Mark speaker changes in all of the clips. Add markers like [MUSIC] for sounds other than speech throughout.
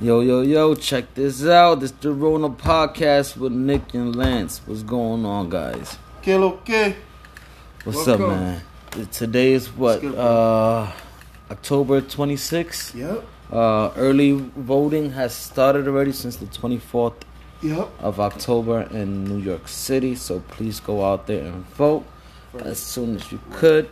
Speaker 1: Yo, yo, yo, check this out. It's the Rona Podcast with Nick and Lance. What's going on, guys?
Speaker 2: Que lo que?
Speaker 1: What's up,
Speaker 2: Welcome.
Speaker 1: man? Today is what?
Speaker 2: Skip it.
Speaker 1: Uh, October 26th.
Speaker 2: Yep,
Speaker 1: Uh, early voting has started already since the 24th
Speaker 2: yep.
Speaker 1: of October in New York City. So please go out there and vote as soon as you could uh,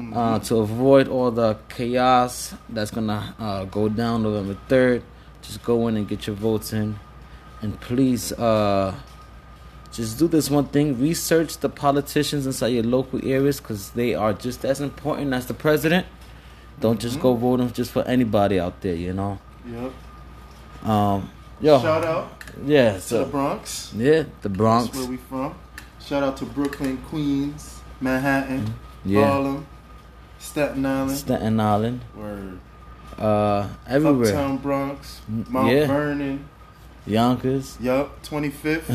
Speaker 2: Mm-hmm.
Speaker 1: to avoid all the chaos that's gonna uh, go down November third. Just go in and get your votes in, and please uh, just do this one thing: research the politicians inside your local areas because they are just as important as the president. Don't just go
Speaker 2: Mm-hmm.
Speaker 1: voting just for anybody out there, you know.
Speaker 2: Yep.
Speaker 1: Um, yo,
Speaker 2: Shout out
Speaker 1: yeah,
Speaker 2: to the
Speaker 1: so
Speaker 2: Bronx.
Speaker 1: yeah, the Bronx.
Speaker 2: That's where we from. Shout out to Brooklyn, Queens, Manhattan,
Speaker 1: Yeah,
Speaker 2: Harlem, Staten Island,
Speaker 1: Staten Island,
Speaker 2: word.
Speaker 1: uh, everywhere,
Speaker 2: Uh, Uptown Bronx,
Speaker 1: Mm,
Speaker 2: Mount
Speaker 1: yeah.
Speaker 2: Vernon.
Speaker 1: Yonkers. [LAUGHS]
Speaker 2: Yep, 25th,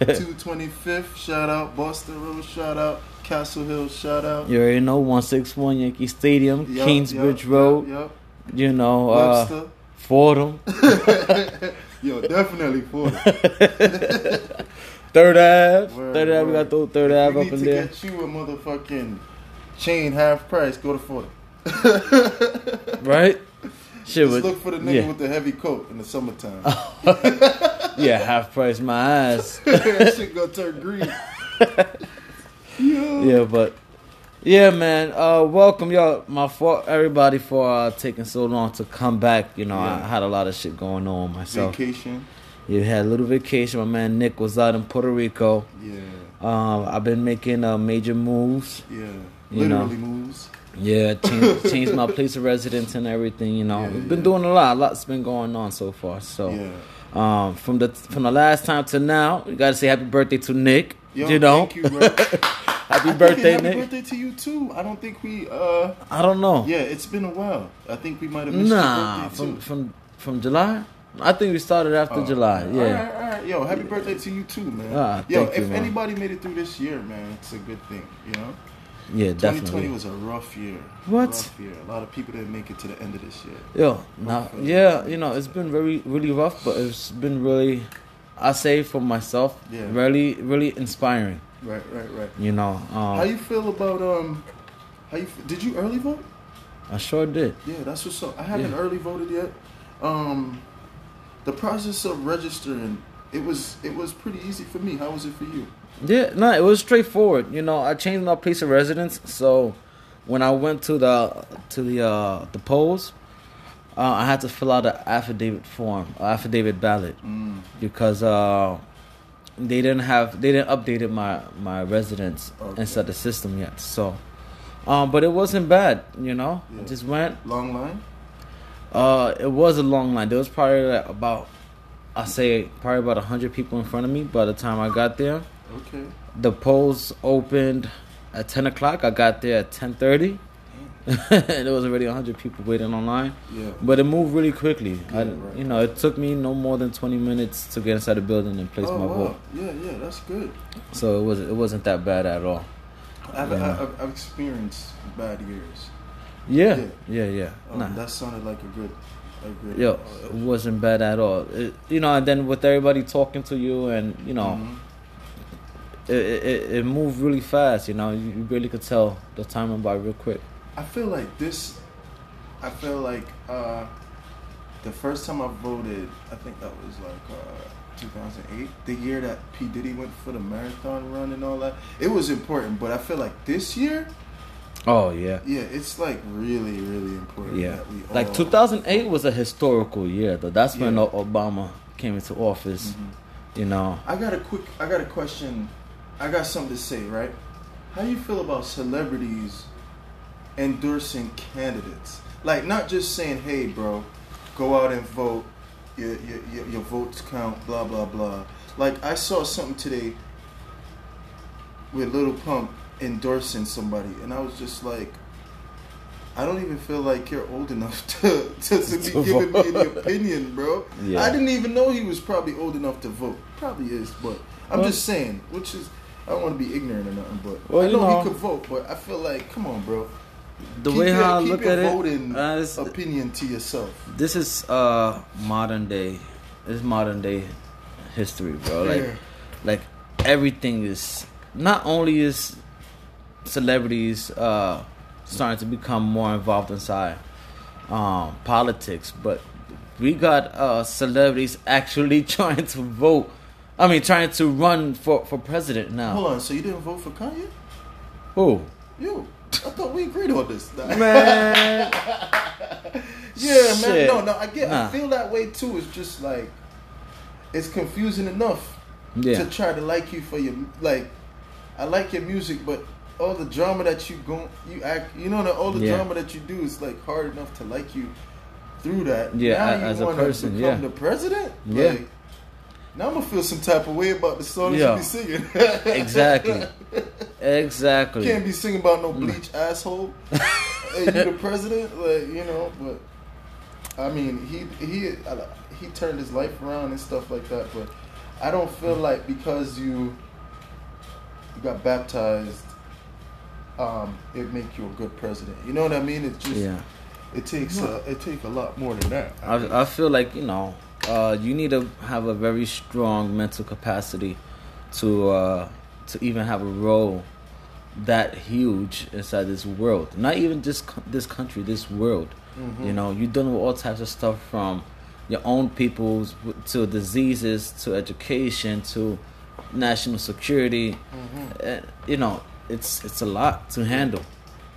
Speaker 2: 225th. Shout out Boston Road. Shout out Castle Hill. Shout out.
Speaker 1: You already know 161 Yankee Stadium,
Speaker 2: Yup,
Speaker 1: Kingsbridge
Speaker 2: yup,
Speaker 1: Road,
Speaker 2: Yep.
Speaker 1: you know, uh,
Speaker 2: Webster.
Speaker 1: Fordham,
Speaker 2: Yo, definitely for
Speaker 1: [LAUGHS] Third Ave.
Speaker 2: Word,
Speaker 1: Third Ave, we got
Speaker 2: word.
Speaker 1: the Third
Speaker 2: we
Speaker 1: Ave
Speaker 2: need
Speaker 1: up in
Speaker 2: to
Speaker 1: there.
Speaker 2: get you a motherfucking chain half price. Go to Florida.
Speaker 1: Right? Shit,
Speaker 2: Just
Speaker 1: but-
Speaker 2: look for the nigga
Speaker 1: yeah, Oh.
Speaker 2: with the heavy coat in
Speaker 1: [LAUGHS]
Speaker 2: the summertime.
Speaker 1: yeah, half price my ass.
Speaker 2: [LAUGHS] that shit gonna turn green.
Speaker 1: [LAUGHS]
Speaker 2: Yo.
Speaker 1: yeah, but yeah, man. Uh, welcome, y'all. My fault, everybody, for uh, taking so long to come back. You know, I
Speaker 2: Yeah.
Speaker 1: had a lot of shit going on myself.
Speaker 2: Vacation.
Speaker 1: You had a little vacation. My man Nick was out in Puerto Rico.
Speaker 2: Yeah.
Speaker 1: Um, I've been making uh, major moves.
Speaker 2: Yeah.
Speaker 1: You know.
Speaker 2: Literally moves.
Speaker 1: Yeah, [LAUGHS] change, change my place of residence and everything. You know,
Speaker 2: Yeah,
Speaker 1: we've been
Speaker 2: yeah.
Speaker 1: doing a lot. A lot's been going on so far. So,
Speaker 2: Yeah.
Speaker 1: um, from the from the last time to now, we gotta say happy birthday to Nick.
Speaker 2: Yo,
Speaker 1: you know,
Speaker 2: Thank you,
Speaker 1: [LAUGHS]
Speaker 2: bro.
Speaker 1: happy
Speaker 2: I think
Speaker 1: birthday,
Speaker 2: [LAUGHS] happy
Speaker 1: Nick.
Speaker 2: birthday to you too. I don't think we. uh
Speaker 1: I don't know.
Speaker 2: Yeah, it's been a while. I think we might have missed
Speaker 1: nah,
Speaker 2: your birthday
Speaker 1: from
Speaker 2: too.
Speaker 1: from from July. I think we started after
Speaker 2: Oh,
Speaker 1: July.
Speaker 2: man. All
Speaker 1: Yeah,
Speaker 2: right, all right. Yo, happy birthday to you too, man.
Speaker 1: Ah,
Speaker 2: Yo,
Speaker 1: thank
Speaker 2: if
Speaker 1: you, man.
Speaker 2: anybody made it through this year, man, it's a good thing. You know,
Speaker 1: yeah,
Speaker 2: 2020
Speaker 1: definitely.
Speaker 2: was a rough year.
Speaker 1: What?
Speaker 2: Rough year. A lot of people didn't make it to the end of this year.
Speaker 1: Yo, nah, yeah, you know, it's been very really rough, but it's been really, I say for myself,
Speaker 2: Yeah.
Speaker 1: really really inspiring.
Speaker 2: Right, right, right.
Speaker 1: You know, um,
Speaker 2: How you feel about um? How you f- did you early vote?
Speaker 1: I sure did.
Speaker 2: Yeah, that's what's up. I haven't
Speaker 1: Yeah.
Speaker 2: early voted yet. Um, the process of registering it was it was pretty easy for me. How was it for you?
Speaker 1: Yeah, no, it was straightforward. You know, I changed my place of residence, so when I went to the to the uh, the polls, uh, I had to fill out an affidavit form, a affidavit ballot,
Speaker 2: Mm.
Speaker 1: because uh, they didn't have they didn't updated my my residence
Speaker 2: Okay.
Speaker 1: inside the system yet. So, um, but it wasn't bad. You know, I
Speaker 2: Yeah.
Speaker 1: just went.
Speaker 2: Long line.
Speaker 1: Uh, it was a long line. There was probably like about I say probably about hundred people in front of me by the time I got there
Speaker 2: Okay.
Speaker 1: the polls opened at 10 o'clock i got there at 10.30 [LAUGHS] and there was already 100 people waiting online
Speaker 2: Yeah.
Speaker 1: but it moved really quickly I,
Speaker 2: Yeah, right.
Speaker 1: you know it took me no more than 20 minutes to get inside the building and place
Speaker 2: oh
Speaker 1: my
Speaker 2: wow.
Speaker 1: vote
Speaker 2: Yeah, yeah, that's good.
Speaker 1: so it, was, it wasn't that bad at all
Speaker 2: I've,
Speaker 1: Yeah.
Speaker 2: I've, I've experienced bad years.
Speaker 1: yeah
Speaker 2: Yeah.
Speaker 1: yeah yeah,
Speaker 2: Um,
Speaker 1: nah.
Speaker 2: That sounded like a good, a good. uh,
Speaker 1: Yo, it wasn't bad at all. It, you know, and then with everybody talking to you, and you know,
Speaker 2: Mhm.
Speaker 1: it, it, it- it moved really fast. You know, you, you really could tell the time went by real quick.
Speaker 2: I feel like this. I feel like uh, the first time I voted, I think that was like uh, 2008, the year that P Diddy went for the marathon run and all that. It was important, but I feel like this year,
Speaker 1: Oh yeah,
Speaker 2: yeah, it's like really, really important.
Speaker 1: Yeah.
Speaker 2: that we all,
Speaker 1: Like 2008 was a historical year, though. That's when
Speaker 2: Uh, Yeah.
Speaker 1: O- Obama came into office.
Speaker 2: Mhm.
Speaker 1: You know,
Speaker 2: I got a quick. I got a question. I got something to say, right? How you feel about celebrities endorsing candidates? Like not just saying, "Hey, bro, go out and vote. Your your, your, your votes count." Blah blah blah. Like I saw something today with Little Pump endorsing somebody, and I was just like. I don't even feel like you're old enough [LAUGHS] to, to, to be
Speaker 1: To
Speaker 2: giving me
Speaker 1: vote.
Speaker 2: any opinion, bro.
Speaker 1: Yeah.
Speaker 2: I didn't even know he was probably old enough to vote. Probably is, but I'm
Speaker 1: Well-
Speaker 2: just saying, which is I don't want to be ignorant or nothing, but
Speaker 1: Well,
Speaker 2: I
Speaker 1: you
Speaker 2: know,
Speaker 1: know.
Speaker 2: he could vote, but I feel like, come on, bro.
Speaker 1: the
Speaker 2: Keep
Speaker 1: way
Speaker 2: your-
Speaker 1: how I
Speaker 2: keep
Speaker 1: look
Speaker 2: your
Speaker 1: at it,
Speaker 2: voting
Speaker 1: uh, it's-
Speaker 2: opinion to yourself.
Speaker 1: this is uh modern day. It's modern day history, bro. Like,
Speaker 2: Yeah.
Speaker 1: like everything is not only is celebrities uh starting to become more involved inside um politics, but we got uh celebrities actually [LAUGHS] trying to vote. I mean, trying to run for for president now.
Speaker 2: Hold on, so you didn't vote for Kanye?
Speaker 1: Who?
Speaker 2: You? I thought we agreed on this. Nah.
Speaker 1: [LAUGHS] Man,
Speaker 2: yeah, man.
Speaker 1: shit.
Speaker 2: No, no, I get.
Speaker 1: Nah.
Speaker 2: I feel that way too. It's just like it's confusing enough
Speaker 1: yeah,
Speaker 2: to try to like you for your like. I like your music, but all the drama that you go, you act, you know, the, all the
Speaker 1: Yeah.
Speaker 2: drama that you do is like hard enough to like you through that.
Speaker 1: Yeah,
Speaker 2: now
Speaker 1: a-
Speaker 2: you
Speaker 1: as a
Speaker 2: wanna
Speaker 1: person,
Speaker 2: become
Speaker 1: yeah.
Speaker 2: the president.
Speaker 1: Yeah.
Speaker 2: Like, now I'm gonna feel some type of way about the songs
Speaker 1: Yeah.
Speaker 2: you be singing. [LAUGHS]
Speaker 1: exactly,
Speaker 2: You
Speaker 1: exactly.
Speaker 2: Can't be singing about no bleach asshole. hey, you the president, like you know. But I mean, he he I- he turned his life around and stuff like that. But I don't feel like because you you got baptized, um, it make you a good president. You know what I mean? It just
Speaker 1: yeah.
Speaker 2: it takes uh, it take a lot more than that.
Speaker 1: I, I feel like you know uh, you need to have a very strong mental capacity to uh, to even have a role that huge inside this world. Not even just co- this country, this world. You know, you're dealing with all types of stuff from your own peoples w- to diseases to education to national security. Uh, you know, it's it's a lot to handle.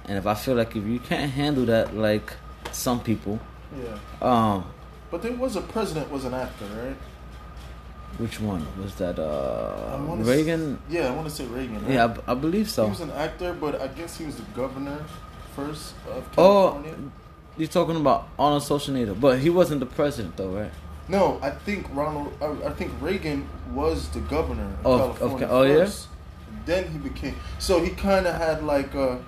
Speaker 1: And if I feel like if you can't handle that, like some people,
Speaker 2: yeah,
Speaker 1: um,
Speaker 2: but there was a president wasn't after right?
Speaker 1: Which one was that? Uh,
Speaker 2: I wanna s-
Speaker 1: Reagan.
Speaker 2: Yeah, I want to say Reagan. Right?
Speaker 1: yeah, I b- I, believe
Speaker 2: He
Speaker 1: so.
Speaker 2: was an actor, but I guess he was the governor first of
Speaker 1: Oh,
Speaker 2: California.
Speaker 1: you're talking about Arnold Schwarzenegger, but he wasn't the president though, right?
Speaker 2: No, I think Ronald. I, I think Reagan was the governor of,
Speaker 1: Of- of
Speaker 2: California
Speaker 1: Ca- oh, yeah?
Speaker 2: first. Then he became. So he kind of had like a,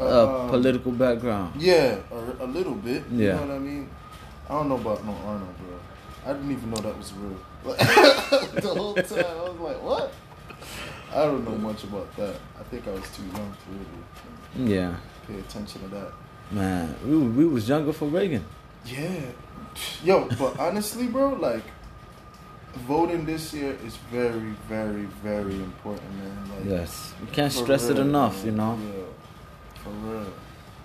Speaker 2: a,
Speaker 1: uh,
Speaker 2: um,
Speaker 1: political background.
Speaker 2: Yeah, a, a little bit. You
Speaker 1: Yeah.
Speaker 2: know what I mean? I don't know about no Arnold, bro. I didn't even know that was real. [LAUGHS] the whole time I was like, what? I don't know much about that. I think I was too young to really
Speaker 1: Yeah,
Speaker 2: pay attention to that.
Speaker 1: man, we wa- we was younger for Reagan.
Speaker 2: Yeah. Yo, but honestly, bro, like voting this year is very, very, very important, man. Like
Speaker 1: Yes, we can't
Speaker 2: for
Speaker 1: stress it
Speaker 2: real,
Speaker 1: enough.
Speaker 2: man.
Speaker 1: You know,
Speaker 2: Yeah. For real.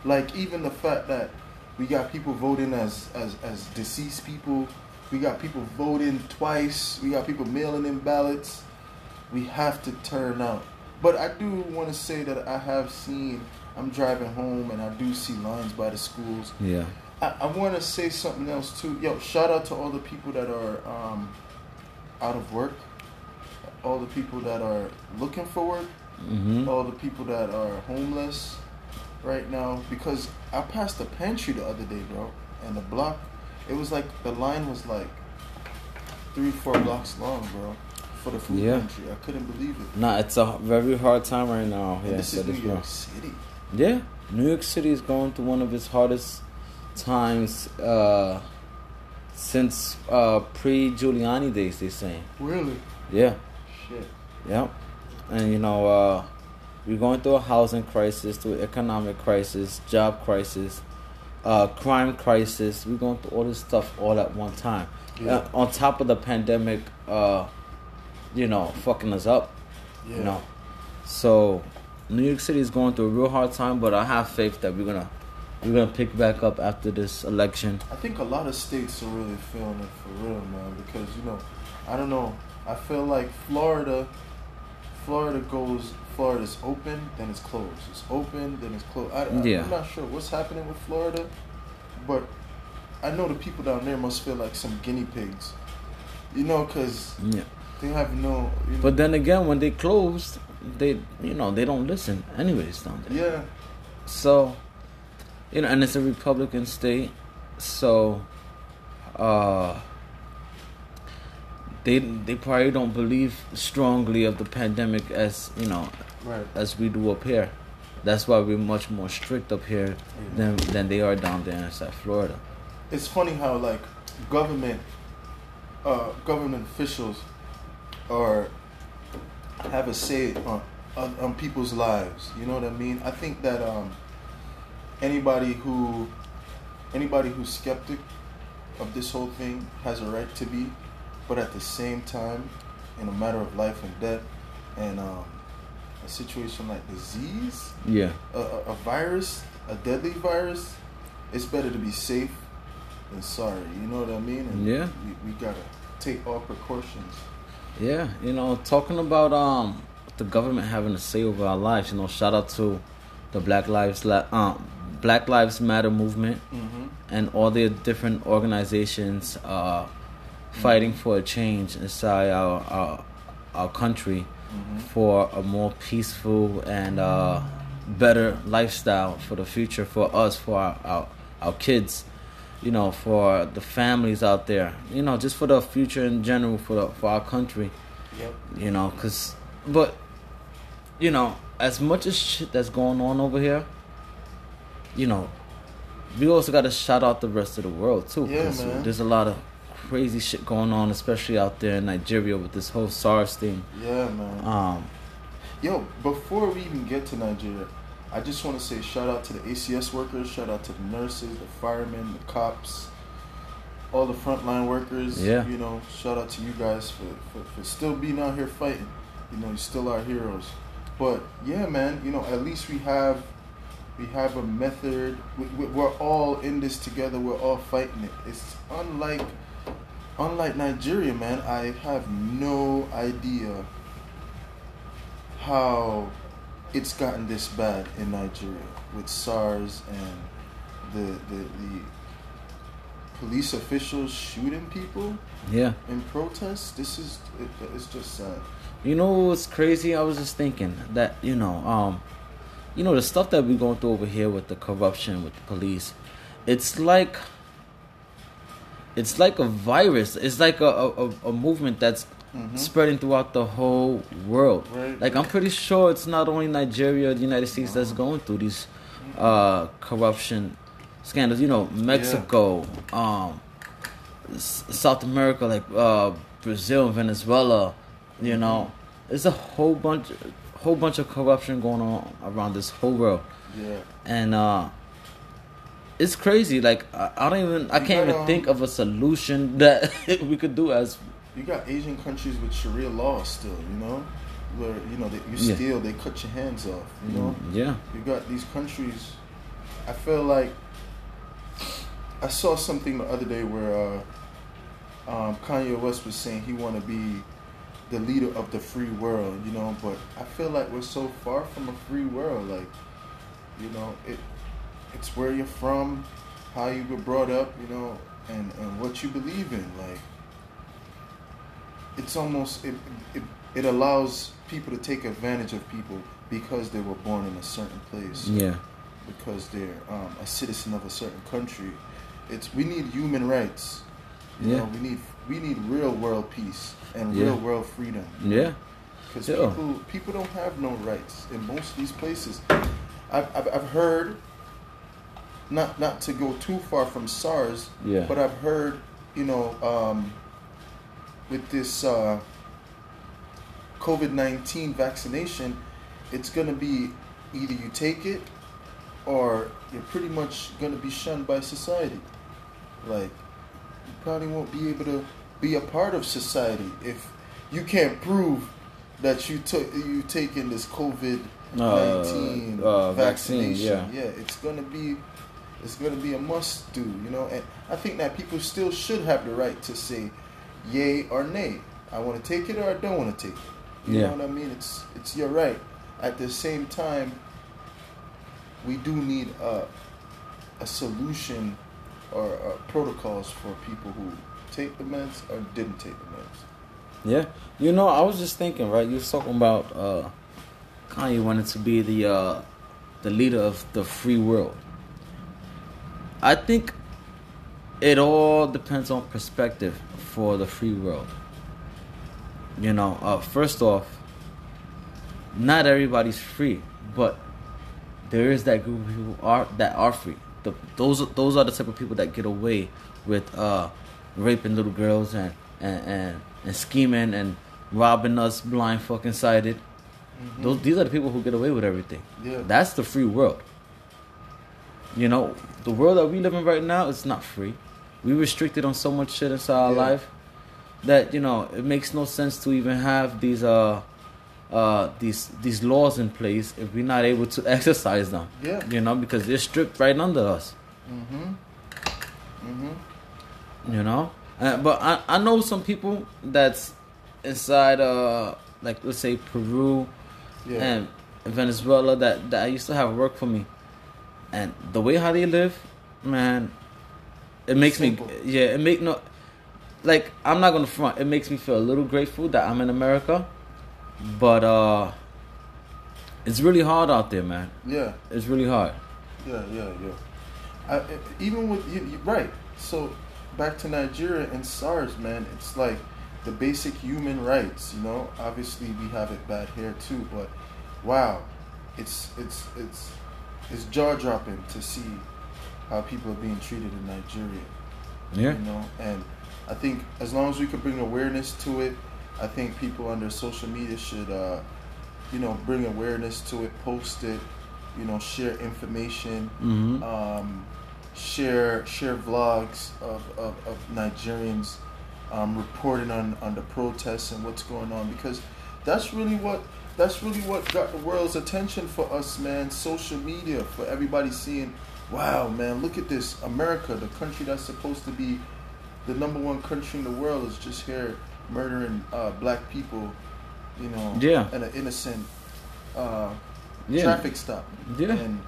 Speaker 2: Like even the fact that we got people voting as as as deceased people. We got people voting twice. We got people mailing in ballots. We have to turn out. But I do want to say that I have seen. I'm driving home and I do see lines by the schools.
Speaker 1: yeah,
Speaker 2: I, I want to say something else too. Yo, shout out to all the people that are um, out of work, all the people that are looking for work,
Speaker 1: hmm
Speaker 2: all the people that are homeless right now. Because I passed the pantry the other day, bro, and the block, it was like the line was like three, four blocks long, bro, for the food
Speaker 1: Yeah.
Speaker 2: pantry. I couldn't believe it.
Speaker 1: nah, it's a very hard time right now.
Speaker 2: And
Speaker 1: Yeah,
Speaker 2: this
Speaker 1: so
Speaker 2: is New
Speaker 1: this
Speaker 2: York
Speaker 1: real.
Speaker 2: City.
Speaker 1: Yeah, New York City is going through one of its hardest times uh, since uh, pre-Giuliani days. They saying,
Speaker 2: Really?
Speaker 1: yeah.
Speaker 2: Shit.
Speaker 1: Yep. And you know, uh, we're going through a housing crisis, through economic crisis, job crisis, uh, crime crisis. We're going through all this stuff all at one time.
Speaker 2: Yeah.
Speaker 1: Uh, on top of the pandemic, uh, you know, fucking us up.
Speaker 2: Yeah.
Speaker 1: You know, so New York City is going through a real hard time, but I have faith that we're gonna we're gonna pick back up after this election.
Speaker 2: I think a lot of states are really feeling it for real, man, because you know, I don't know. I feel like Florida Florida goes Florida's open, then it's closed. It's open, then it's closed. I, I,
Speaker 1: Yeah.
Speaker 2: I'm not sure what's happening with Florida, but I know the people down there must feel like some guinea pigs. You know, cuz
Speaker 1: Yeah.
Speaker 2: they have no you know,
Speaker 1: But then again, when they closed, they you know they don't listen anyways down there.
Speaker 2: yeah,
Speaker 1: So, you know, and it's a Republican state, so uh, they they probably don't believe strongly of the pandemic as you know
Speaker 2: right.
Speaker 1: as we do up here. That's why we're much more strict up here than than they are down there in South Florida.
Speaker 2: it's funny how like government uh, government officials are have a say on, on on people's lives. You know what I mean? I think that um, anybody who anybody who's skeptic of this whole thing has a right to be, but at the same time, in a matter of life and death, and um, a situation like disease,
Speaker 1: Yeah.
Speaker 2: a, a a virus, a deadly virus, it's better to be safe than sorry. You know what I mean? And
Speaker 1: Yeah.
Speaker 2: We, we gotta take all precautions.
Speaker 1: Yeah, you know, talking about um the government having a say over our lives. You know, shout out to the Black Lives La- um Black Lives Matter movement
Speaker 2: Mm-hmm.
Speaker 1: and all the different organizations uh fighting for a change inside our our, our country for a more peaceful and uh better lifestyle for the future for us for our our, our kids you know for the families out there you know just for the future in general for the, for our country
Speaker 2: Yep.
Speaker 1: you know because but you know as much as shit that's going on over here you know we also got to shout out the rest of the world too
Speaker 2: Yeah,
Speaker 1: 'cause
Speaker 2: man.
Speaker 1: there's a lot of crazy shit going on especially out there in nigeria with this whole sars thing
Speaker 2: Yeah, man.
Speaker 1: um
Speaker 2: Yo, before we even get to Nigeria, I just want to say shout out to the ACS workers, shout out to the nurses, the firemen, the cops, all the frontline workers.
Speaker 1: Yeah.
Speaker 2: You know, shout out to you guys for, for, for still being out here fighting. You know, you're still our heroes. But yeah, man, you know, at least we have we have a method. We, we, we're all in this together. We're all fighting it. It's unlike unlike Nigeria, man. I have no idea how it's gotten this bad in Nigeria with SARS and the the, the police officials shooting people
Speaker 1: yeah
Speaker 2: in protests. This is it, it's just sad.
Speaker 1: you know what's crazy i was just thinking that you know um you know the stuff that we're going through over here with the corruption with the police it's like it's like a virus it's like a a, a- a movement that's spreading throughout the whole world
Speaker 2: Right.
Speaker 1: like i'm pretty sure it's not only nigeria or the united states that's going through these uh corruption scandals you know mexico um S- South America, like uh, Brazil, Venezuela. You know, there's a whole bunch, whole bunch of corruption going on around this whole world,
Speaker 2: Yeah.
Speaker 1: and uh, it's crazy. Like I, I don't even, I
Speaker 2: You
Speaker 1: can't
Speaker 2: got,
Speaker 1: even
Speaker 2: um,
Speaker 1: think of a solution [LAUGHS] that we could do as
Speaker 2: You got Asian countries with Sharia law still, you know, where you know they, you
Speaker 1: Yeah. Mm.
Speaker 2: steal, they cut your hands off, you know.
Speaker 1: yeah,
Speaker 2: you got these countries. I feel like I saw something the other day where uh, um, Kanye West was saying he want to be the leader of the free world, you know. But I feel like we're so far from a free world. Like, you know, it it's where you're from, how you were brought up, you know, and and what you believe in. Like, it's almost it it, it allows people to take advantage of people because they were born in a certain place
Speaker 1: yeah,
Speaker 2: because they're um, a citizen of a certain country. It's we need human rights. You
Speaker 1: Yeah.
Speaker 2: know, we need we need real world peace and
Speaker 1: Yeah.
Speaker 2: real world freedom.
Speaker 1: yeah,
Speaker 2: Because
Speaker 1: Yeah.
Speaker 2: people people don't have no rights in most of these places. I've, I've, I've heard not not to go too far from SARS,
Speaker 1: Yeah.
Speaker 2: but uh, I've heard you know um, with this uh, COVID nineteen vaccination, it's gonna be either you take it or you're pretty much gonna be shunned by society. Like you probably won't be able to be a part of society if you can't prove that you took you taken this COVID nineteen
Speaker 1: Uh, uh, vaccine,
Speaker 2: vaccination.
Speaker 1: yeah.
Speaker 2: it's gonna be it's gonna be a must do, you know. And I think that people still should have the right to say yay or nay. I want to take it or I don't want to take it. You
Speaker 1: Yeah.
Speaker 2: know what I mean? It's it's your right. At the same time, we do need a a solution or uh, protocols for people who take the meds or didn't take the meds.
Speaker 1: yeah. You know, I was just thinking, right? You was talking about uh, Kanye wanted to be the uh, the leader of the free world. I think it all depends on perspective for the free world. You know, uh, first off, not everybody's free, but there is that group of people are that are free. The, those are- those are the type of people that get away with uh, raping little girls and and, and and scheming and robbing us blind fucking sighted. Those these are the people who get away with everything.
Speaker 2: Yeah.
Speaker 1: That's the free world. You know, the world that we live in right now is not free. We restricted on so much shit inside our
Speaker 2: Yeah.
Speaker 1: life that you know it makes no sense to even have these uh uh these these laws in place if we're not able to [LAUGHS] exercise them.
Speaker 2: Yeah.
Speaker 1: You know, because they're stripped right under us.
Speaker 2: Mm-hmm. Mm-hmm.
Speaker 1: You know, uh, but I I know some people that's inside uh like let's say Peru
Speaker 2: Yeah.
Speaker 1: and Venezuela that that used to have work for me, and the way how they live, man, it makes
Speaker 2: Simple.
Speaker 1: me yeah it make no, like I'm not gonna front. It makes me feel a little grateful that I'm in America, but uh, it's really hard out there, man.
Speaker 2: yeah.
Speaker 1: It's really hard.
Speaker 2: Yeah. Yeah. Yeah. I, I- even with you, you, right. So back to Nigeria and SARS, man. It's like the basic human rights. You know, obviously we have it bad here too, but wow, it's it's it's it's jaw dropping to see how people are being treated in Nigeria.
Speaker 1: Yeah,
Speaker 2: you know and i think as long as we can bring awareness to it i think people under social media should uh, you know bring awareness to it post it you know share information
Speaker 1: mm-hmm.
Speaker 2: um, share share vlogs of, of, of nigerians um, reporting on, on the protests and what's going on because that's really what that's really what got the world's attention for us man social media for everybody seeing wow man look at this america the country that's supposed to be the number one country in the world is just here murdering uh, black people you know
Speaker 1: Yeah.
Speaker 2: and an innocent uh,
Speaker 1: yeah,
Speaker 2: traffic stop
Speaker 1: yeah.
Speaker 2: and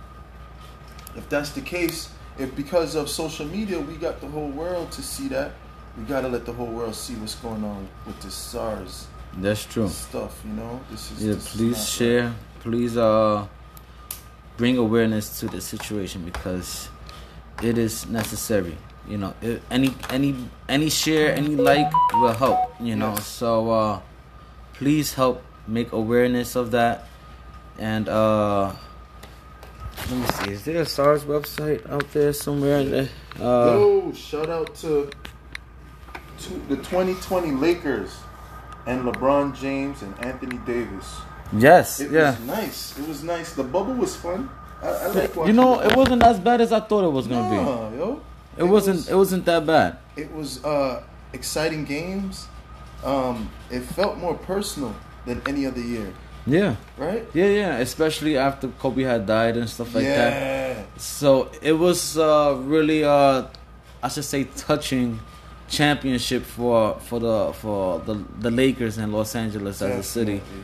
Speaker 2: if that's the case, if because of social media we got the whole world to see that, we gotta let the whole world see what's going on with this SARS
Speaker 1: That's true.
Speaker 2: stuff. You know, this is
Speaker 1: Oh. Yeah,
Speaker 2: this is not
Speaker 1: please
Speaker 2: right.
Speaker 1: share. Please uh bring awareness to the situation because it is necessary. You know, i any any any share, any like will help. You know,
Speaker 2: Yes.
Speaker 1: so uh please help make awareness of that. And uh let me see, is there a SARS website out there somewhere? In the, uh,
Speaker 2: Yo, shout out to, to the 2020 Lakers and LeBron James and Anthony Davis.
Speaker 1: yes,
Speaker 2: It
Speaker 1: yeah.
Speaker 2: was nice. It was nice. The bubble was fun. I, I like watching
Speaker 1: You know,
Speaker 2: the
Speaker 1: it wasn't as bad as I thought it was gonna be.
Speaker 2: Nah, yo.
Speaker 1: It, wasn't.
Speaker 2: was-
Speaker 1: it wasn't that bad.
Speaker 2: it was uh, exciting games. Um, it felt more personal than any other year,
Speaker 1: Yeah.
Speaker 2: right?
Speaker 1: Yeah, yeah, especially after Kobe had died and stuff like that.
Speaker 2: yeah,
Speaker 1: So it was uh, really, uh, I should say, touching championship for for the for the the Lakers in Los Angeles as a city.
Speaker 2: Definitely.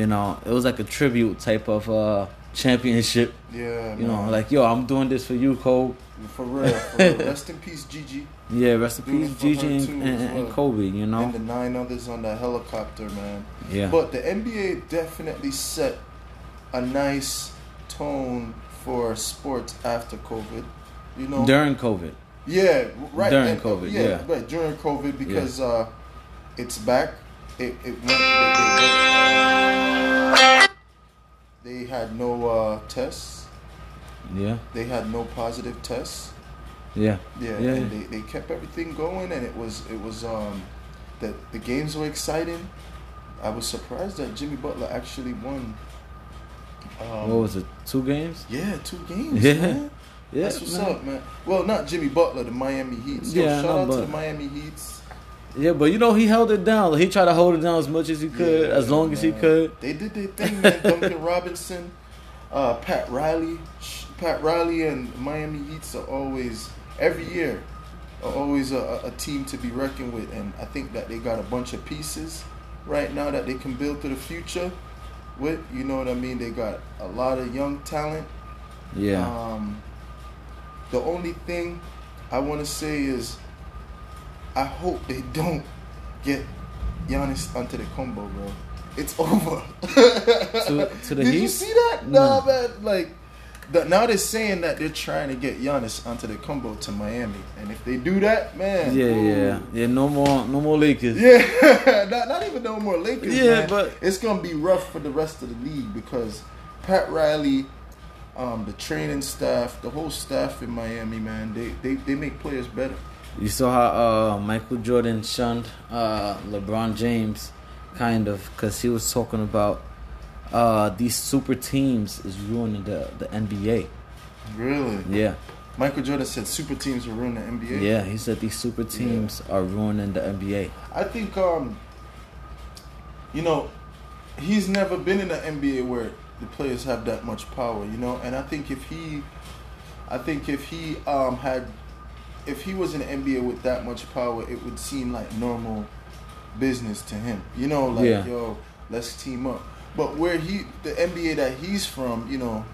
Speaker 1: You know, it was like a tribute type of uh, championship.
Speaker 2: Yeah,
Speaker 1: You know,
Speaker 2: man.
Speaker 1: like yo, I'm doing this for you, Kobe.
Speaker 2: for real. For
Speaker 1: [LAUGHS]
Speaker 2: real. Rest in peace, Gigi,
Speaker 1: Yeah, rest in
Speaker 2: Doing it
Speaker 1: peace,
Speaker 2: for
Speaker 1: Gigi
Speaker 2: her
Speaker 1: and,
Speaker 2: too
Speaker 1: and,
Speaker 2: as
Speaker 1: and
Speaker 2: well.
Speaker 1: Kobe. You
Speaker 2: and
Speaker 1: know,
Speaker 2: the nine others on that helicopter, man.
Speaker 1: yeah,
Speaker 2: But the NBA definitely set a nice tone for sports after COVID. You know,
Speaker 1: during COVID.
Speaker 2: Yeah, w- right.
Speaker 1: During
Speaker 2: and-
Speaker 1: COVID, yeah.
Speaker 2: Right, during COVID because uh, it's back. It, it went, they, they- they had no uh, tests.
Speaker 1: Yeah,
Speaker 2: They had no positive tests.
Speaker 1: yeah,
Speaker 2: Yeah,
Speaker 1: Yeah,
Speaker 2: and They, they kept everything going, and it was it was um, that the games were exciting. I was surprised that Jimmy Butler actually won. Um,
Speaker 1: what was it? Two games?
Speaker 2: Yeah, two games.
Speaker 1: Yeah.
Speaker 2: man.
Speaker 1: Yeah,
Speaker 2: That's what's
Speaker 1: man.
Speaker 2: up, man. Well, not Jimmy Butler, the Miami Heat. Yo,
Speaker 1: Yeah,
Speaker 2: shout
Speaker 1: no,
Speaker 2: out to the
Speaker 1: but-
Speaker 2: Miami Heats.
Speaker 1: Yeah, but you know he held it down. He tried to hold it down as much as he could,
Speaker 2: Yeah,
Speaker 1: as long as he
Speaker 2: man.
Speaker 1: could.
Speaker 2: They did their thing, man.
Speaker 1: [LAUGHS]
Speaker 2: Duncan Robinson, uh, Pat Riley, Sh- Pat Riley, and Miami Heats are always every year are always a, a- a team to be reckoned with, and I think that they got a bunch of pieces right now that they can build to the future with. You know what I mean? They got a lot of young talent.
Speaker 1: Yeah,
Speaker 2: Um, the only thing I want to say is, I hope they [LAUGHS] don't get Giannis onto the combo, bro. It's [LAUGHS] over.
Speaker 1: Uh,
Speaker 2: [LAUGHS]
Speaker 1: To- to the
Speaker 2: Did you
Speaker 1: Heat?
Speaker 2: see that?
Speaker 1: No.
Speaker 2: Nah, man. Like, the, now they're saying that they're trying to get Giannis onto the combo to Miami, and if they do that, man,
Speaker 1: yeah,
Speaker 2: ooh.
Speaker 1: yeah, yeah. No more, no more Lakers.
Speaker 2: Yeah, [LAUGHS] not, not even no more Lakers.
Speaker 1: Yeah,
Speaker 2: man.
Speaker 1: but-
Speaker 2: it's gonna be rough for the rest of the league because Pat Riley, um, the training staff, the whole staff in Miami, man, they they, they make players better.
Speaker 1: You saw how uh, Michael Jordan shunned uh, LeBron James, kind of, because he was talking about uh, these super teams is ruining the the NBA.
Speaker 2: Really?
Speaker 1: Yeah,
Speaker 2: Michael Jordan said super teams will ruin the NBA.
Speaker 1: yeah. He said these super teams are ruining the NBA.
Speaker 2: I think um you know, he's never been in an NBA where the players have that much power, you know, and I think if he I think if he um had if he was in the NBA with that much power, it would seem like normal business to him. You know, like
Speaker 1: Yeah.
Speaker 2: yo, let's team up. But where he the NBA that he's from, you know,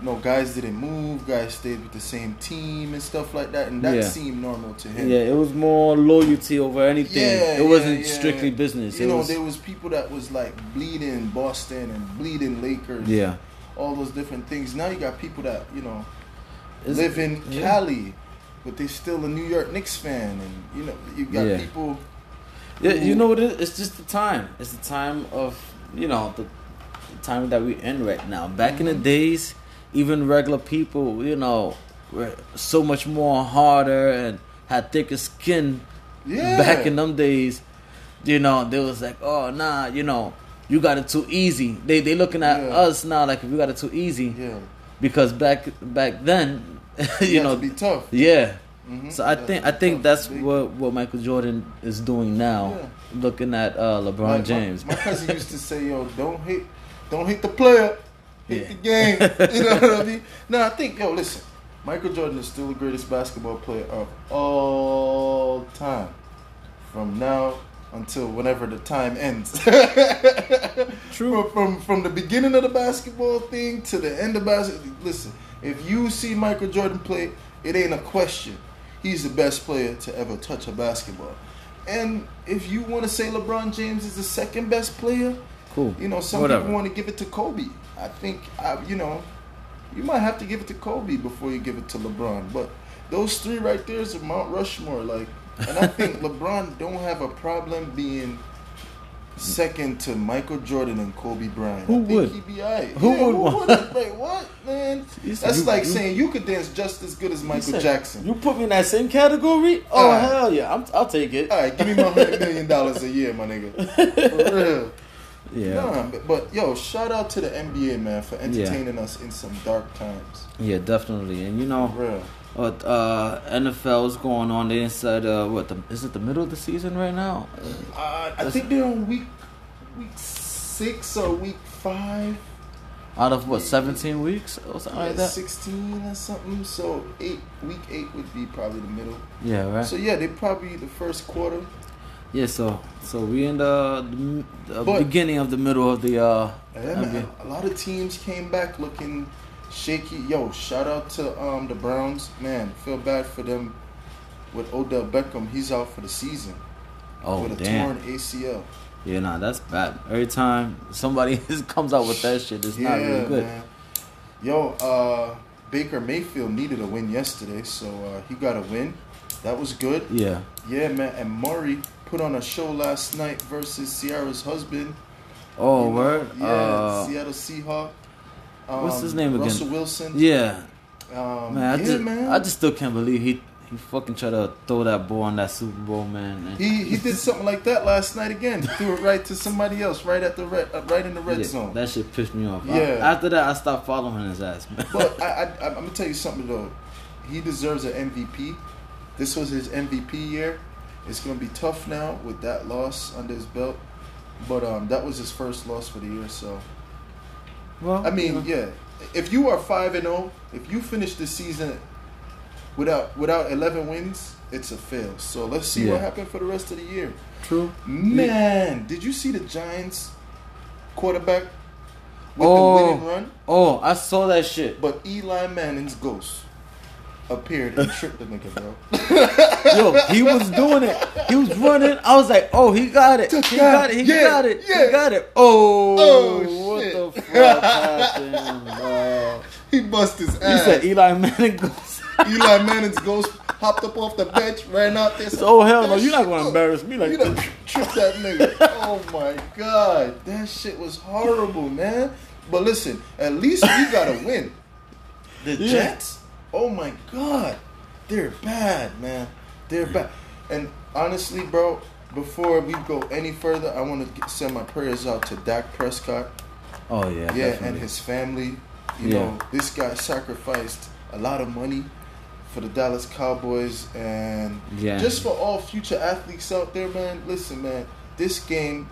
Speaker 2: no guys didn't move, guys stayed with the same team and stuff like that, and that
Speaker 1: Yeah.
Speaker 2: seemed normal to him.
Speaker 1: Yeah, it was more loyalty over anything.
Speaker 2: Yeah,
Speaker 1: it wasn't
Speaker 2: yeah, yeah.
Speaker 1: strictly business.
Speaker 2: You
Speaker 1: it
Speaker 2: know,
Speaker 1: was,
Speaker 2: there was people that was like bleeding Boston and bleeding Lakers.
Speaker 1: yeah.
Speaker 2: all those different things. Now you got people that you know
Speaker 1: It's-
Speaker 2: live in
Speaker 1: yeah.
Speaker 2: Cali, but they still a New York Knicks fan, and you know you got
Speaker 1: Yeah.
Speaker 2: people.
Speaker 1: Yeah, you know what? It is? It's just the time. It's the time of you know the the time that we in right now. Back
Speaker 2: Mm-hmm.
Speaker 1: in the days, even regular people, you know, were so much more harder and had thicker skin.
Speaker 2: Yeah.
Speaker 1: Back in them days, you know, they was like, oh nah, you know, you got it too easy. They they looking at
Speaker 2: Yeah.
Speaker 1: us now like we got it too easy
Speaker 2: Yeah,
Speaker 1: because back back then, [LAUGHS] you
Speaker 2: you
Speaker 1: know,
Speaker 2: know, be tough.
Speaker 1: yeah.
Speaker 2: Mhm.
Speaker 1: So I
Speaker 2: Yeah,
Speaker 1: think
Speaker 2: be
Speaker 1: I think
Speaker 2: tough,
Speaker 1: that's
Speaker 2: big.
Speaker 1: what what Michael Jordan is doing now,
Speaker 2: Yeah.
Speaker 1: looking at uh, LeBron
Speaker 2: My- my-
Speaker 1: James.
Speaker 2: My, cousin used to say, "Yo, don't hit, don't hit the player, hit the game." You know what I mean? No, I think yo, listen, Michael Jordan is still the greatest basketball player of all time, from now until whenever the time ends. [LAUGHS] True. From, from from the beginning of the basketball thing to the end of basketball. Listen, if you see Michael Jordan play, it ain't a question. He's the best player to ever touch a basketball. And if you want to say LeBron James is the second best player,
Speaker 1: cool.
Speaker 2: you know, some
Speaker 1: Whatever.
Speaker 2: people want to give it to Kobe. I think, I, you know, you might have to give it to Kobe before you give it to LeBron. But those three right there is a Mount Rushmore. Like, and I
Speaker 1: [LAUGHS]
Speaker 2: think LeBron don't have a problem being second to Michael Jordan and Kobe Bryant.
Speaker 1: Who
Speaker 2: I think
Speaker 1: would?
Speaker 2: He be all right.
Speaker 1: Who
Speaker 2: yeah,
Speaker 1: would
Speaker 2: Who
Speaker 1: want- [LAUGHS]
Speaker 2: would? Like, what, man?
Speaker 1: You said
Speaker 2: That's
Speaker 1: you-
Speaker 2: like
Speaker 1: you-
Speaker 2: saying you could dance just as good as Michael
Speaker 1: Listen,
Speaker 2: Jackson.
Speaker 1: You put me in that same category? Oh
Speaker 2: Uh,
Speaker 1: hell yeah, I'm, I'll take it.
Speaker 2: all right, give me my hundred million dollars a year, my
Speaker 1: [LAUGHS]
Speaker 2: nigga. For real.
Speaker 1: yeah,
Speaker 2: Nah, but, but yo, shout out to the NBA man for entertaining us in some dark times.
Speaker 1: yeah, definitely. And you know
Speaker 2: Real.
Speaker 1: what uh, NFL's going on? They said uh, what the, is it the middle of the season right now?
Speaker 2: Uh, I think they're on week week six or week five,
Speaker 1: Out of what seventeen weeks or something
Speaker 2: yeah,
Speaker 1: like that?
Speaker 2: sixteen or something. So eight week eight would be probably the middle.
Speaker 1: Yeah, right.
Speaker 2: So yeah, they probably the first quarter.
Speaker 1: yeah, so so we in the, the, m- the
Speaker 2: But-
Speaker 1: beginning of the middle of the uh.
Speaker 2: And then
Speaker 1: NBA.
Speaker 2: a, a lot of teams came back looking shaky. Yo, shout out to um the Browns. Man, feel bad for them with Odell Beckham. He's out for the season
Speaker 1: Oh
Speaker 2: with a
Speaker 1: damn.
Speaker 2: torn ACL.
Speaker 1: Yeah, nah, that's bad. Every time somebody [LAUGHS] comes out with that shit, it's not really good.
Speaker 2: man. Yo, uh, Baker Mayfield needed a win yesterday, so uh, he got a win. That was good.
Speaker 1: Yeah,
Speaker 2: Yeah, man. And Murray put on a show last night versus Sierra's husband.
Speaker 1: Oh,
Speaker 2: You know,
Speaker 1: word.
Speaker 2: Yeah,
Speaker 1: Uh,
Speaker 2: Seattle Seahawk. Um,
Speaker 1: what's his name again?
Speaker 2: Russell Wilson.
Speaker 1: yeah,
Speaker 2: um,
Speaker 1: man. I
Speaker 2: yeah,
Speaker 1: just,
Speaker 2: man.
Speaker 1: I just still can't believe he he fucking tried to throw that ball in that Super Bowl, man. And-
Speaker 2: he he did something like that last night again. Threw it right to somebody else, right at the red, uh, right in the red
Speaker 1: yeah,
Speaker 2: zone.
Speaker 1: That shit pissed me off. I-
Speaker 2: Yeah.
Speaker 1: after that, I stopped following his ass, man.
Speaker 2: But I, I, I'm gonna tell you something though. He deserves an MVP. This was his MVP year. It's gonna be tough now with that loss under his belt. But um, that was his first loss for the year. So
Speaker 1: [LAUGHS] Well,
Speaker 2: I mean, yeah. If you are five and zero, if you finish the season without without eleven wins, it's a fail. So let's see
Speaker 1: Yeah.
Speaker 2: what happened for the rest of the year.
Speaker 1: true.
Speaker 2: Man, did you see the Giants quarterback with
Speaker 1: Oh.
Speaker 2: the winning run?
Speaker 1: Oh, I saw that shit.
Speaker 2: But Eli Manning's ghost appeared and tripped the nigga, bro. [LAUGHS]
Speaker 1: Yo, he was doing it. He was running. I was like, oh, he got it. He got it. He
Speaker 2: Yeah,
Speaker 1: got it.
Speaker 2: yeah.
Speaker 1: He got it. Oh,
Speaker 2: Oh,
Speaker 1: what
Speaker 2: shit.
Speaker 1: the fuck happened, bro?
Speaker 2: He bust his
Speaker 1: You
Speaker 2: ass.
Speaker 1: said Eli Manning goes.
Speaker 2: Eli Manning's ghost hopped up off the bench, ran out there.
Speaker 1: oh hell no!
Speaker 2: That
Speaker 1: You're not
Speaker 2: shit-
Speaker 1: gonna embarrass me like
Speaker 2: You done
Speaker 1: this.
Speaker 2: [LAUGHS] tripped that nigga. Oh my god, that shit was horrible, man. But listen, at least you got to win. The
Speaker 1: Yeah.
Speaker 2: Jets. Oh my god, they're bad, man. They're bad. And honestly, bro, before we go any further, I want to send my prayers out to Dak Prescott.
Speaker 1: Oh yeah,
Speaker 2: Yeah,
Speaker 1: definitely.
Speaker 2: and his family. You
Speaker 1: Yeah.
Speaker 2: know, this guy sacrificed a lot of money for the Dallas Cowboys and
Speaker 1: Yeah.
Speaker 2: just for all future athletes out there, man. Listen, man, this game,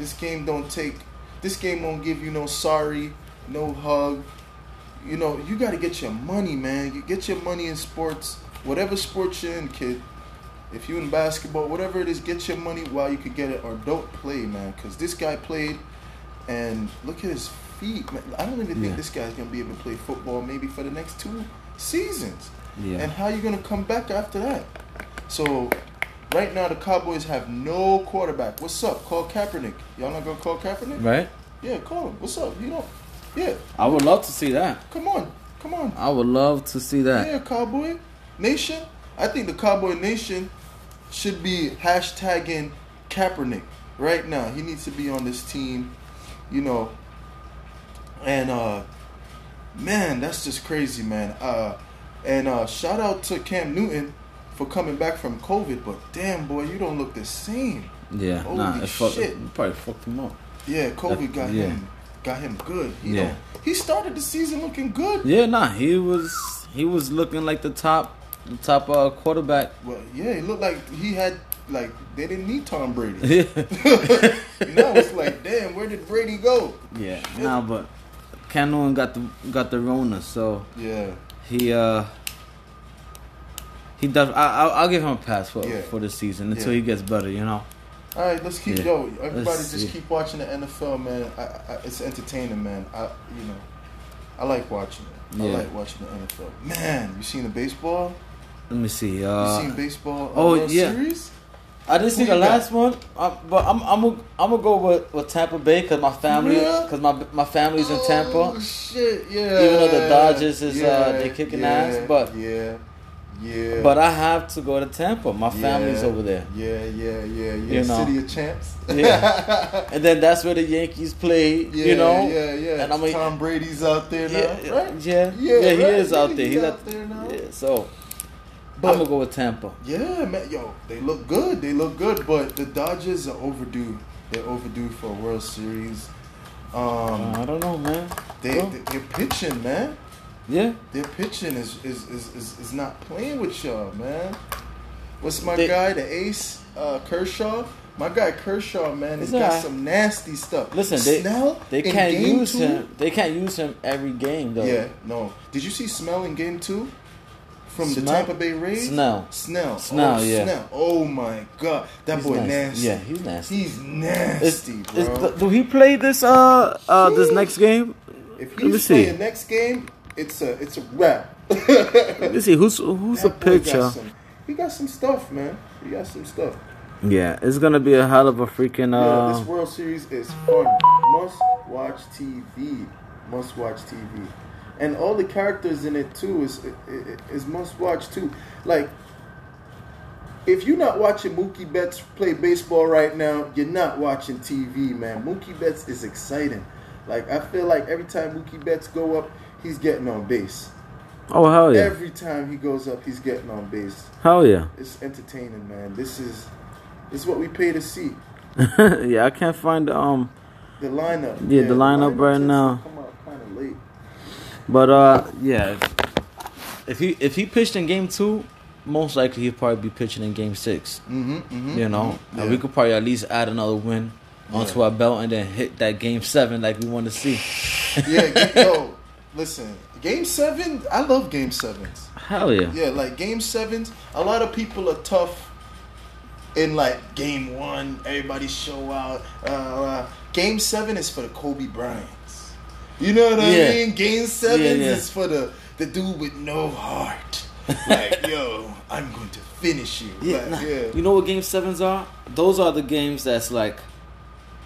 Speaker 2: this game don't take, this game won't give you no sorry, no hug. You know, you got to get your money, man. You get your money in sports, whatever sport you're in, kid. If you in basketball, whatever it is, get your money while you could get it, or don't play, man. Because this guy played, and look at his feet. Man. I don't even think
Speaker 1: Yeah.
Speaker 2: this guy's gonna be able to play football maybe for the next two seasons.
Speaker 1: Yeah.
Speaker 2: And how you gonna come back after that? So, right now the Cowboys have no quarterback. What's up? Call Kaepernick. Y'all not gonna call Kaepernick?
Speaker 1: Right?
Speaker 2: Yeah, call him. What's up? You don't. Yeah,
Speaker 1: I would love to see that.
Speaker 2: come on, come on.
Speaker 1: I would love to see that.
Speaker 2: Yeah, Cowboy Nation. I think the Cowboy Nation should be hashtagging Kaepernick right now. He needs to be on this team, you know. And uh man, that's just crazy, man. Uh and uh shout out to Cam Newton for coming back from COVID, but damn boy, you don't look the same.
Speaker 1: Yeah,
Speaker 2: Holy
Speaker 1: nah, it, fuck,
Speaker 2: shit.
Speaker 1: it probably fucked him up.
Speaker 2: Yeah, COVID got
Speaker 1: yeah.
Speaker 2: him got him good. He
Speaker 1: Yeah.
Speaker 2: don't, he started the season looking good.
Speaker 1: Yeah, nah, he was he was looking like the top the top uh, quarterback. [LAUGHS]
Speaker 2: Well, yeah, it looked like he had like they didn't need Tom
Speaker 1: [LAUGHS]
Speaker 2: Brady.
Speaker 1: yeah,
Speaker 2: now it's like, damn, where did Brady go?
Speaker 1: nah, but Cam Newton got the got the Rona, so
Speaker 2: Yeah,
Speaker 1: he uh he def- I, I'll, I'll give him a pass for
Speaker 2: Yeah.
Speaker 1: for this season until
Speaker 2: Yeah.
Speaker 1: he gets better, you know.
Speaker 2: All right, let's keep
Speaker 1: Yeah.
Speaker 2: yo. Everybody,
Speaker 1: Let's
Speaker 2: just
Speaker 1: see.
Speaker 2: keep watching the NFL, man. I, I, it's entertaining, man. I, you know, I like watching it. I
Speaker 1: Yeah.
Speaker 2: like watching the NFL. Man, you seen the baseball?
Speaker 1: Let me see.
Speaker 2: You
Speaker 1: Uh,
Speaker 2: seen baseball? uh,
Speaker 1: oh,
Speaker 2: World
Speaker 1: yeah.
Speaker 2: Series?
Speaker 1: I didn't see
Speaker 2: Who
Speaker 1: the
Speaker 2: you got?
Speaker 1: last one, uh, but I'm I'm gonna I'm gonna go with, with Tampa Bay because my family
Speaker 2: Yeah.
Speaker 1: because my my family's in
Speaker 2: Oh
Speaker 1: Tampa.
Speaker 2: shit! Yeah.
Speaker 1: Even though the Dodgers is, uh, they kicking ass, but-
Speaker 2: yeah, yeah.
Speaker 1: But I have to go to Tampa. My family's
Speaker 2: Yeah.
Speaker 1: over there,
Speaker 2: Yeah, yeah, yeah, yeah.
Speaker 1: You know.
Speaker 2: City of champs. [LAUGHS]
Speaker 1: Yeah. and then that's where the Yankees play.
Speaker 2: Yeah,
Speaker 1: you know,
Speaker 2: yeah, yeah.
Speaker 1: and I'm like-
Speaker 2: Tom Brady's out there now,
Speaker 1: yeah,
Speaker 2: right?
Speaker 1: yeah,
Speaker 2: Yeah,
Speaker 1: yeah, he
Speaker 2: right.
Speaker 1: is out
Speaker 2: He's
Speaker 1: there. He's
Speaker 2: out
Speaker 1: out
Speaker 2: there now.
Speaker 1: Yeah, so
Speaker 2: But-
Speaker 1: I'm gonna go with Tampa.
Speaker 2: Yeah, man, yo, they look good. They look good, but the Dodgers are overdue. They're overdue for a World Series. Um,
Speaker 1: Uh, I don't know, man.
Speaker 2: they,
Speaker 1: Well,
Speaker 2: they they're pitching, man.
Speaker 1: yeah,
Speaker 2: Their pitching is is, is, is is not playing with y'all, man. What's my
Speaker 1: They-
Speaker 2: guy, the ace, uh, Kershaw? My guy Kershaw, man, has
Speaker 1: It's
Speaker 2: got
Speaker 1: alright.
Speaker 2: some nasty stuff.
Speaker 1: listen, they
Speaker 2: Snell
Speaker 1: they
Speaker 2: in
Speaker 1: can't
Speaker 2: game
Speaker 1: use
Speaker 2: two?
Speaker 1: him. They can't use him every game though.
Speaker 2: Yeah, no. Did you see Snell in game two? From the
Speaker 1: Snell?
Speaker 2: Tampa Bay Rays?
Speaker 1: Snell.
Speaker 2: Snell.
Speaker 1: Snell,
Speaker 2: oh,
Speaker 1: yeah.
Speaker 2: Snell. Oh my god. That
Speaker 1: He's
Speaker 2: boy
Speaker 1: nasty.
Speaker 2: nasty.
Speaker 1: Yeah, he's nasty.
Speaker 2: He's
Speaker 1: It's-
Speaker 2: nasty, bro.
Speaker 1: it's- do he play this uh uh this
Speaker 2: Sheesh.
Speaker 1: next game?
Speaker 2: if
Speaker 1: let me
Speaker 2: he's
Speaker 1: see.
Speaker 2: playing next game, it's a it's a wrap.
Speaker 1: Let me see who's who's the
Speaker 2: That boy got
Speaker 1: picture.
Speaker 2: some- he got some stuff, man. He got some stuff.
Speaker 1: Yeah, it's gonna be a hell of a freaking
Speaker 2: Yeah,
Speaker 1: uh.
Speaker 2: this World Series is fun. Must watch TV. Must watch TV. And all the characters in it too is is, is must watch too. Like if you're not watching Mookie Betts play baseball right now, you're not watching TV, man. Mookie Betts is exciting. Like I feel like every time Mookie Betts go up, he's getting on base.
Speaker 1: oh hell yeah,
Speaker 2: Every time he goes up, he's getting on base.
Speaker 1: hell yeah. [LAUGHS]
Speaker 2: It's entertaining, man. This is this is what we pay to see.
Speaker 1: yeah, I can't find um,
Speaker 2: The lineup.
Speaker 1: Yeah, the lineup right
Speaker 2: tends to
Speaker 1: now.
Speaker 2: Come out kind of late.
Speaker 1: but uh, yeah. If he if he pitched in game two, most likely he'd probably be pitching in game 6
Speaker 2: Mm-hmm, mm-hmm.
Speaker 1: You know,
Speaker 2: Yeah.
Speaker 1: and we could probably at least add another win onto
Speaker 2: Yeah.
Speaker 1: our belt and then hit that game seven like we want to see.
Speaker 2: yeah, get, yo, listen. Game seven, I love game sevens.
Speaker 1: Hell yeah.
Speaker 2: Yeah, like game sevens. A lot of people are tough. In like game one, everybody show out. Uh, uh, game seven is for the Kobe Bryants. You know what I
Speaker 1: Yeah.
Speaker 2: mean? Game sevens
Speaker 1: Yeah, yeah.
Speaker 2: is for the the dude with no heart. Like, yo, I'm going to finish you.
Speaker 1: Yeah,
Speaker 2: Like,
Speaker 1: nah.
Speaker 2: yeah.
Speaker 1: You know what game sevens are? Those are the games that's like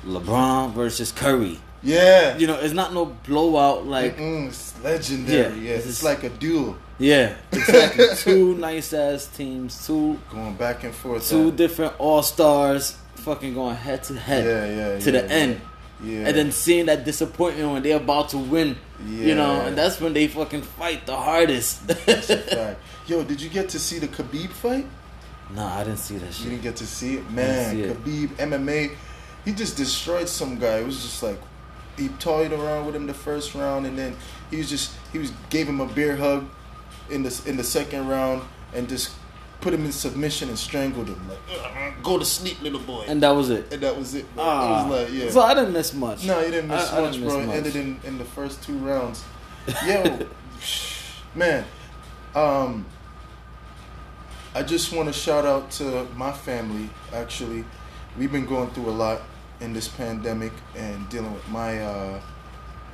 Speaker 1: LeBron versus Curry.
Speaker 2: yeah.
Speaker 1: You know, it's not no blowout like
Speaker 2: Mm-mm, it's legendary.
Speaker 1: Yeah,
Speaker 2: Yeah,
Speaker 1: this
Speaker 2: it's,
Speaker 1: is-
Speaker 2: like a duel [LAUGHS]
Speaker 1: yeah, exactly. two nice ass teams, two
Speaker 2: going back and forth.
Speaker 1: two
Speaker 2: Yeah,
Speaker 1: different all stars, fucking going head to
Speaker 2: yeah,
Speaker 1: head
Speaker 2: yeah.
Speaker 1: to the
Speaker 2: yeah.
Speaker 1: end,
Speaker 2: Yeah.
Speaker 1: and
Speaker 2: [LAUGHS]
Speaker 1: then seeing that disappointment when they're about to win. You know,
Speaker 2: Yeah.
Speaker 1: and that's when they fucking fight the hardest. [LAUGHS]
Speaker 2: Fact. yo, did you get to see the Khabib fight?
Speaker 1: nah, I didn't see that
Speaker 2: You
Speaker 1: shit.
Speaker 2: didn't get to see it, man.
Speaker 1: see it.
Speaker 2: Khabib MMA, he just destroyed some guy. It was just like, he toyed around with him the first round, and then he was just he was gave him a bear hug in the in the second round, and just put him in submission and strangled him. Like, go to sleep, little boy. And,
Speaker 1: And that was it.
Speaker 2: that was it. Bro.
Speaker 1: Ah,
Speaker 2: it was like, yeah.
Speaker 1: So I didn't miss much.
Speaker 2: No, you didn't miss
Speaker 1: I- I
Speaker 2: much,
Speaker 1: didn't miss
Speaker 2: bro. It
Speaker 1: much.
Speaker 2: ended in, in the first two rounds.
Speaker 1: [LAUGHS]
Speaker 2: Yo, man, um, I just want to shout out to my family. Actually, we've been going through a lot in this pandemic and dealing with my uh,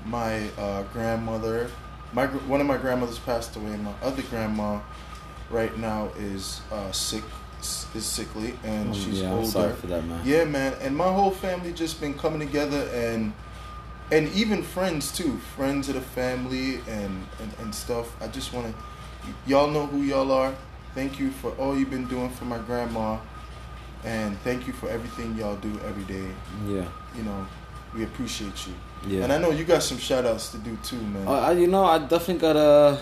Speaker 2: my uh, grandmother. My gr- one of my grandmothers passed away. and My other grandma, right now, is uh, sick. Is sickly and
Speaker 1: Oh,
Speaker 2: she's
Speaker 1: yeah,
Speaker 2: older.
Speaker 1: I'm sorry for that, man.
Speaker 2: Yeah, man, and my whole family just been coming together and and even friends too, friends of the family and and, and stuff. I just want to, y'all know who y'all are. Thank you for all you've been doing for my grandma, and thank you for everything y'all do every day.
Speaker 1: Yeah.
Speaker 2: You know, we appreciate you.
Speaker 1: Yeah.
Speaker 2: And I know you got some shout outs to do too, man.
Speaker 1: Uh, I- you know, I definitely gotta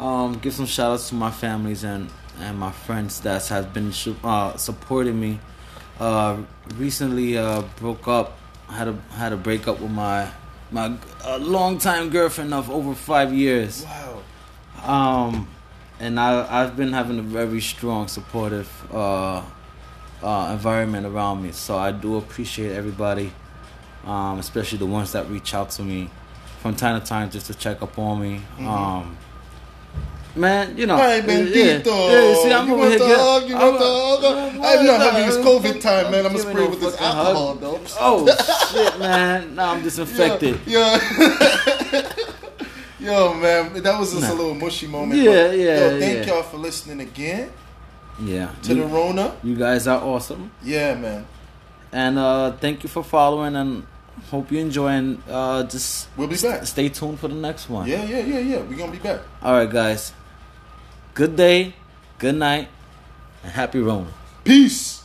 Speaker 1: um, give some shout outs to my families and, and my friends that has been su- uh, supporting me. Uh, recently, uh, broke up. Had a had a breakup with my my uh, longtime girlfriend of over five years.
Speaker 2: wow.
Speaker 1: Um, and I I've been having a very strong supportive uh, uh, environment around me, so I do appreciate everybody, um, especially the ones that reach out to me from time to time just to check up on me.
Speaker 2: Mm-hmm.
Speaker 1: Um, man, you know,
Speaker 2: Hi,
Speaker 1: yeah,
Speaker 2: Bendito.
Speaker 1: yeah, see, I'm
Speaker 2: you
Speaker 1: over
Speaker 2: want
Speaker 1: here.
Speaker 2: to
Speaker 1: getting-
Speaker 2: hug? You
Speaker 1: I'm,
Speaker 2: want to hug?
Speaker 1: uh,
Speaker 2: I'm not
Speaker 1: uh,
Speaker 2: hugging. It's COVID time,
Speaker 1: I'm
Speaker 2: man. I'm gonna
Speaker 1: giving
Speaker 2: spray
Speaker 1: no
Speaker 2: with this
Speaker 1: fucking hug.
Speaker 2: alcohol, though.
Speaker 1: Oh shit, man! Now I'm
Speaker 2: [LAUGHS]
Speaker 1: disinfected.
Speaker 2: Yeah. [LAUGHS] Yo, man, that was just a little mushy moment.
Speaker 1: Yeah,
Speaker 2: but,
Speaker 1: yeah,
Speaker 2: Yo, thank
Speaker 1: yeah. Mm.
Speaker 2: y'all for listening again
Speaker 1: Yeah,
Speaker 2: to the
Speaker 1: you,
Speaker 2: Rona.
Speaker 1: you guys are awesome.
Speaker 2: Yeah, man.
Speaker 1: and uh, thank you for following and hope you enjoy and uh, just
Speaker 2: We'll be back.
Speaker 1: stay tuned for the next one
Speaker 2: Yeah, yeah, yeah, yeah. We're gonna be back.
Speaker 1: all right guys good day good night and happy rolling
Speaker 2: Peace.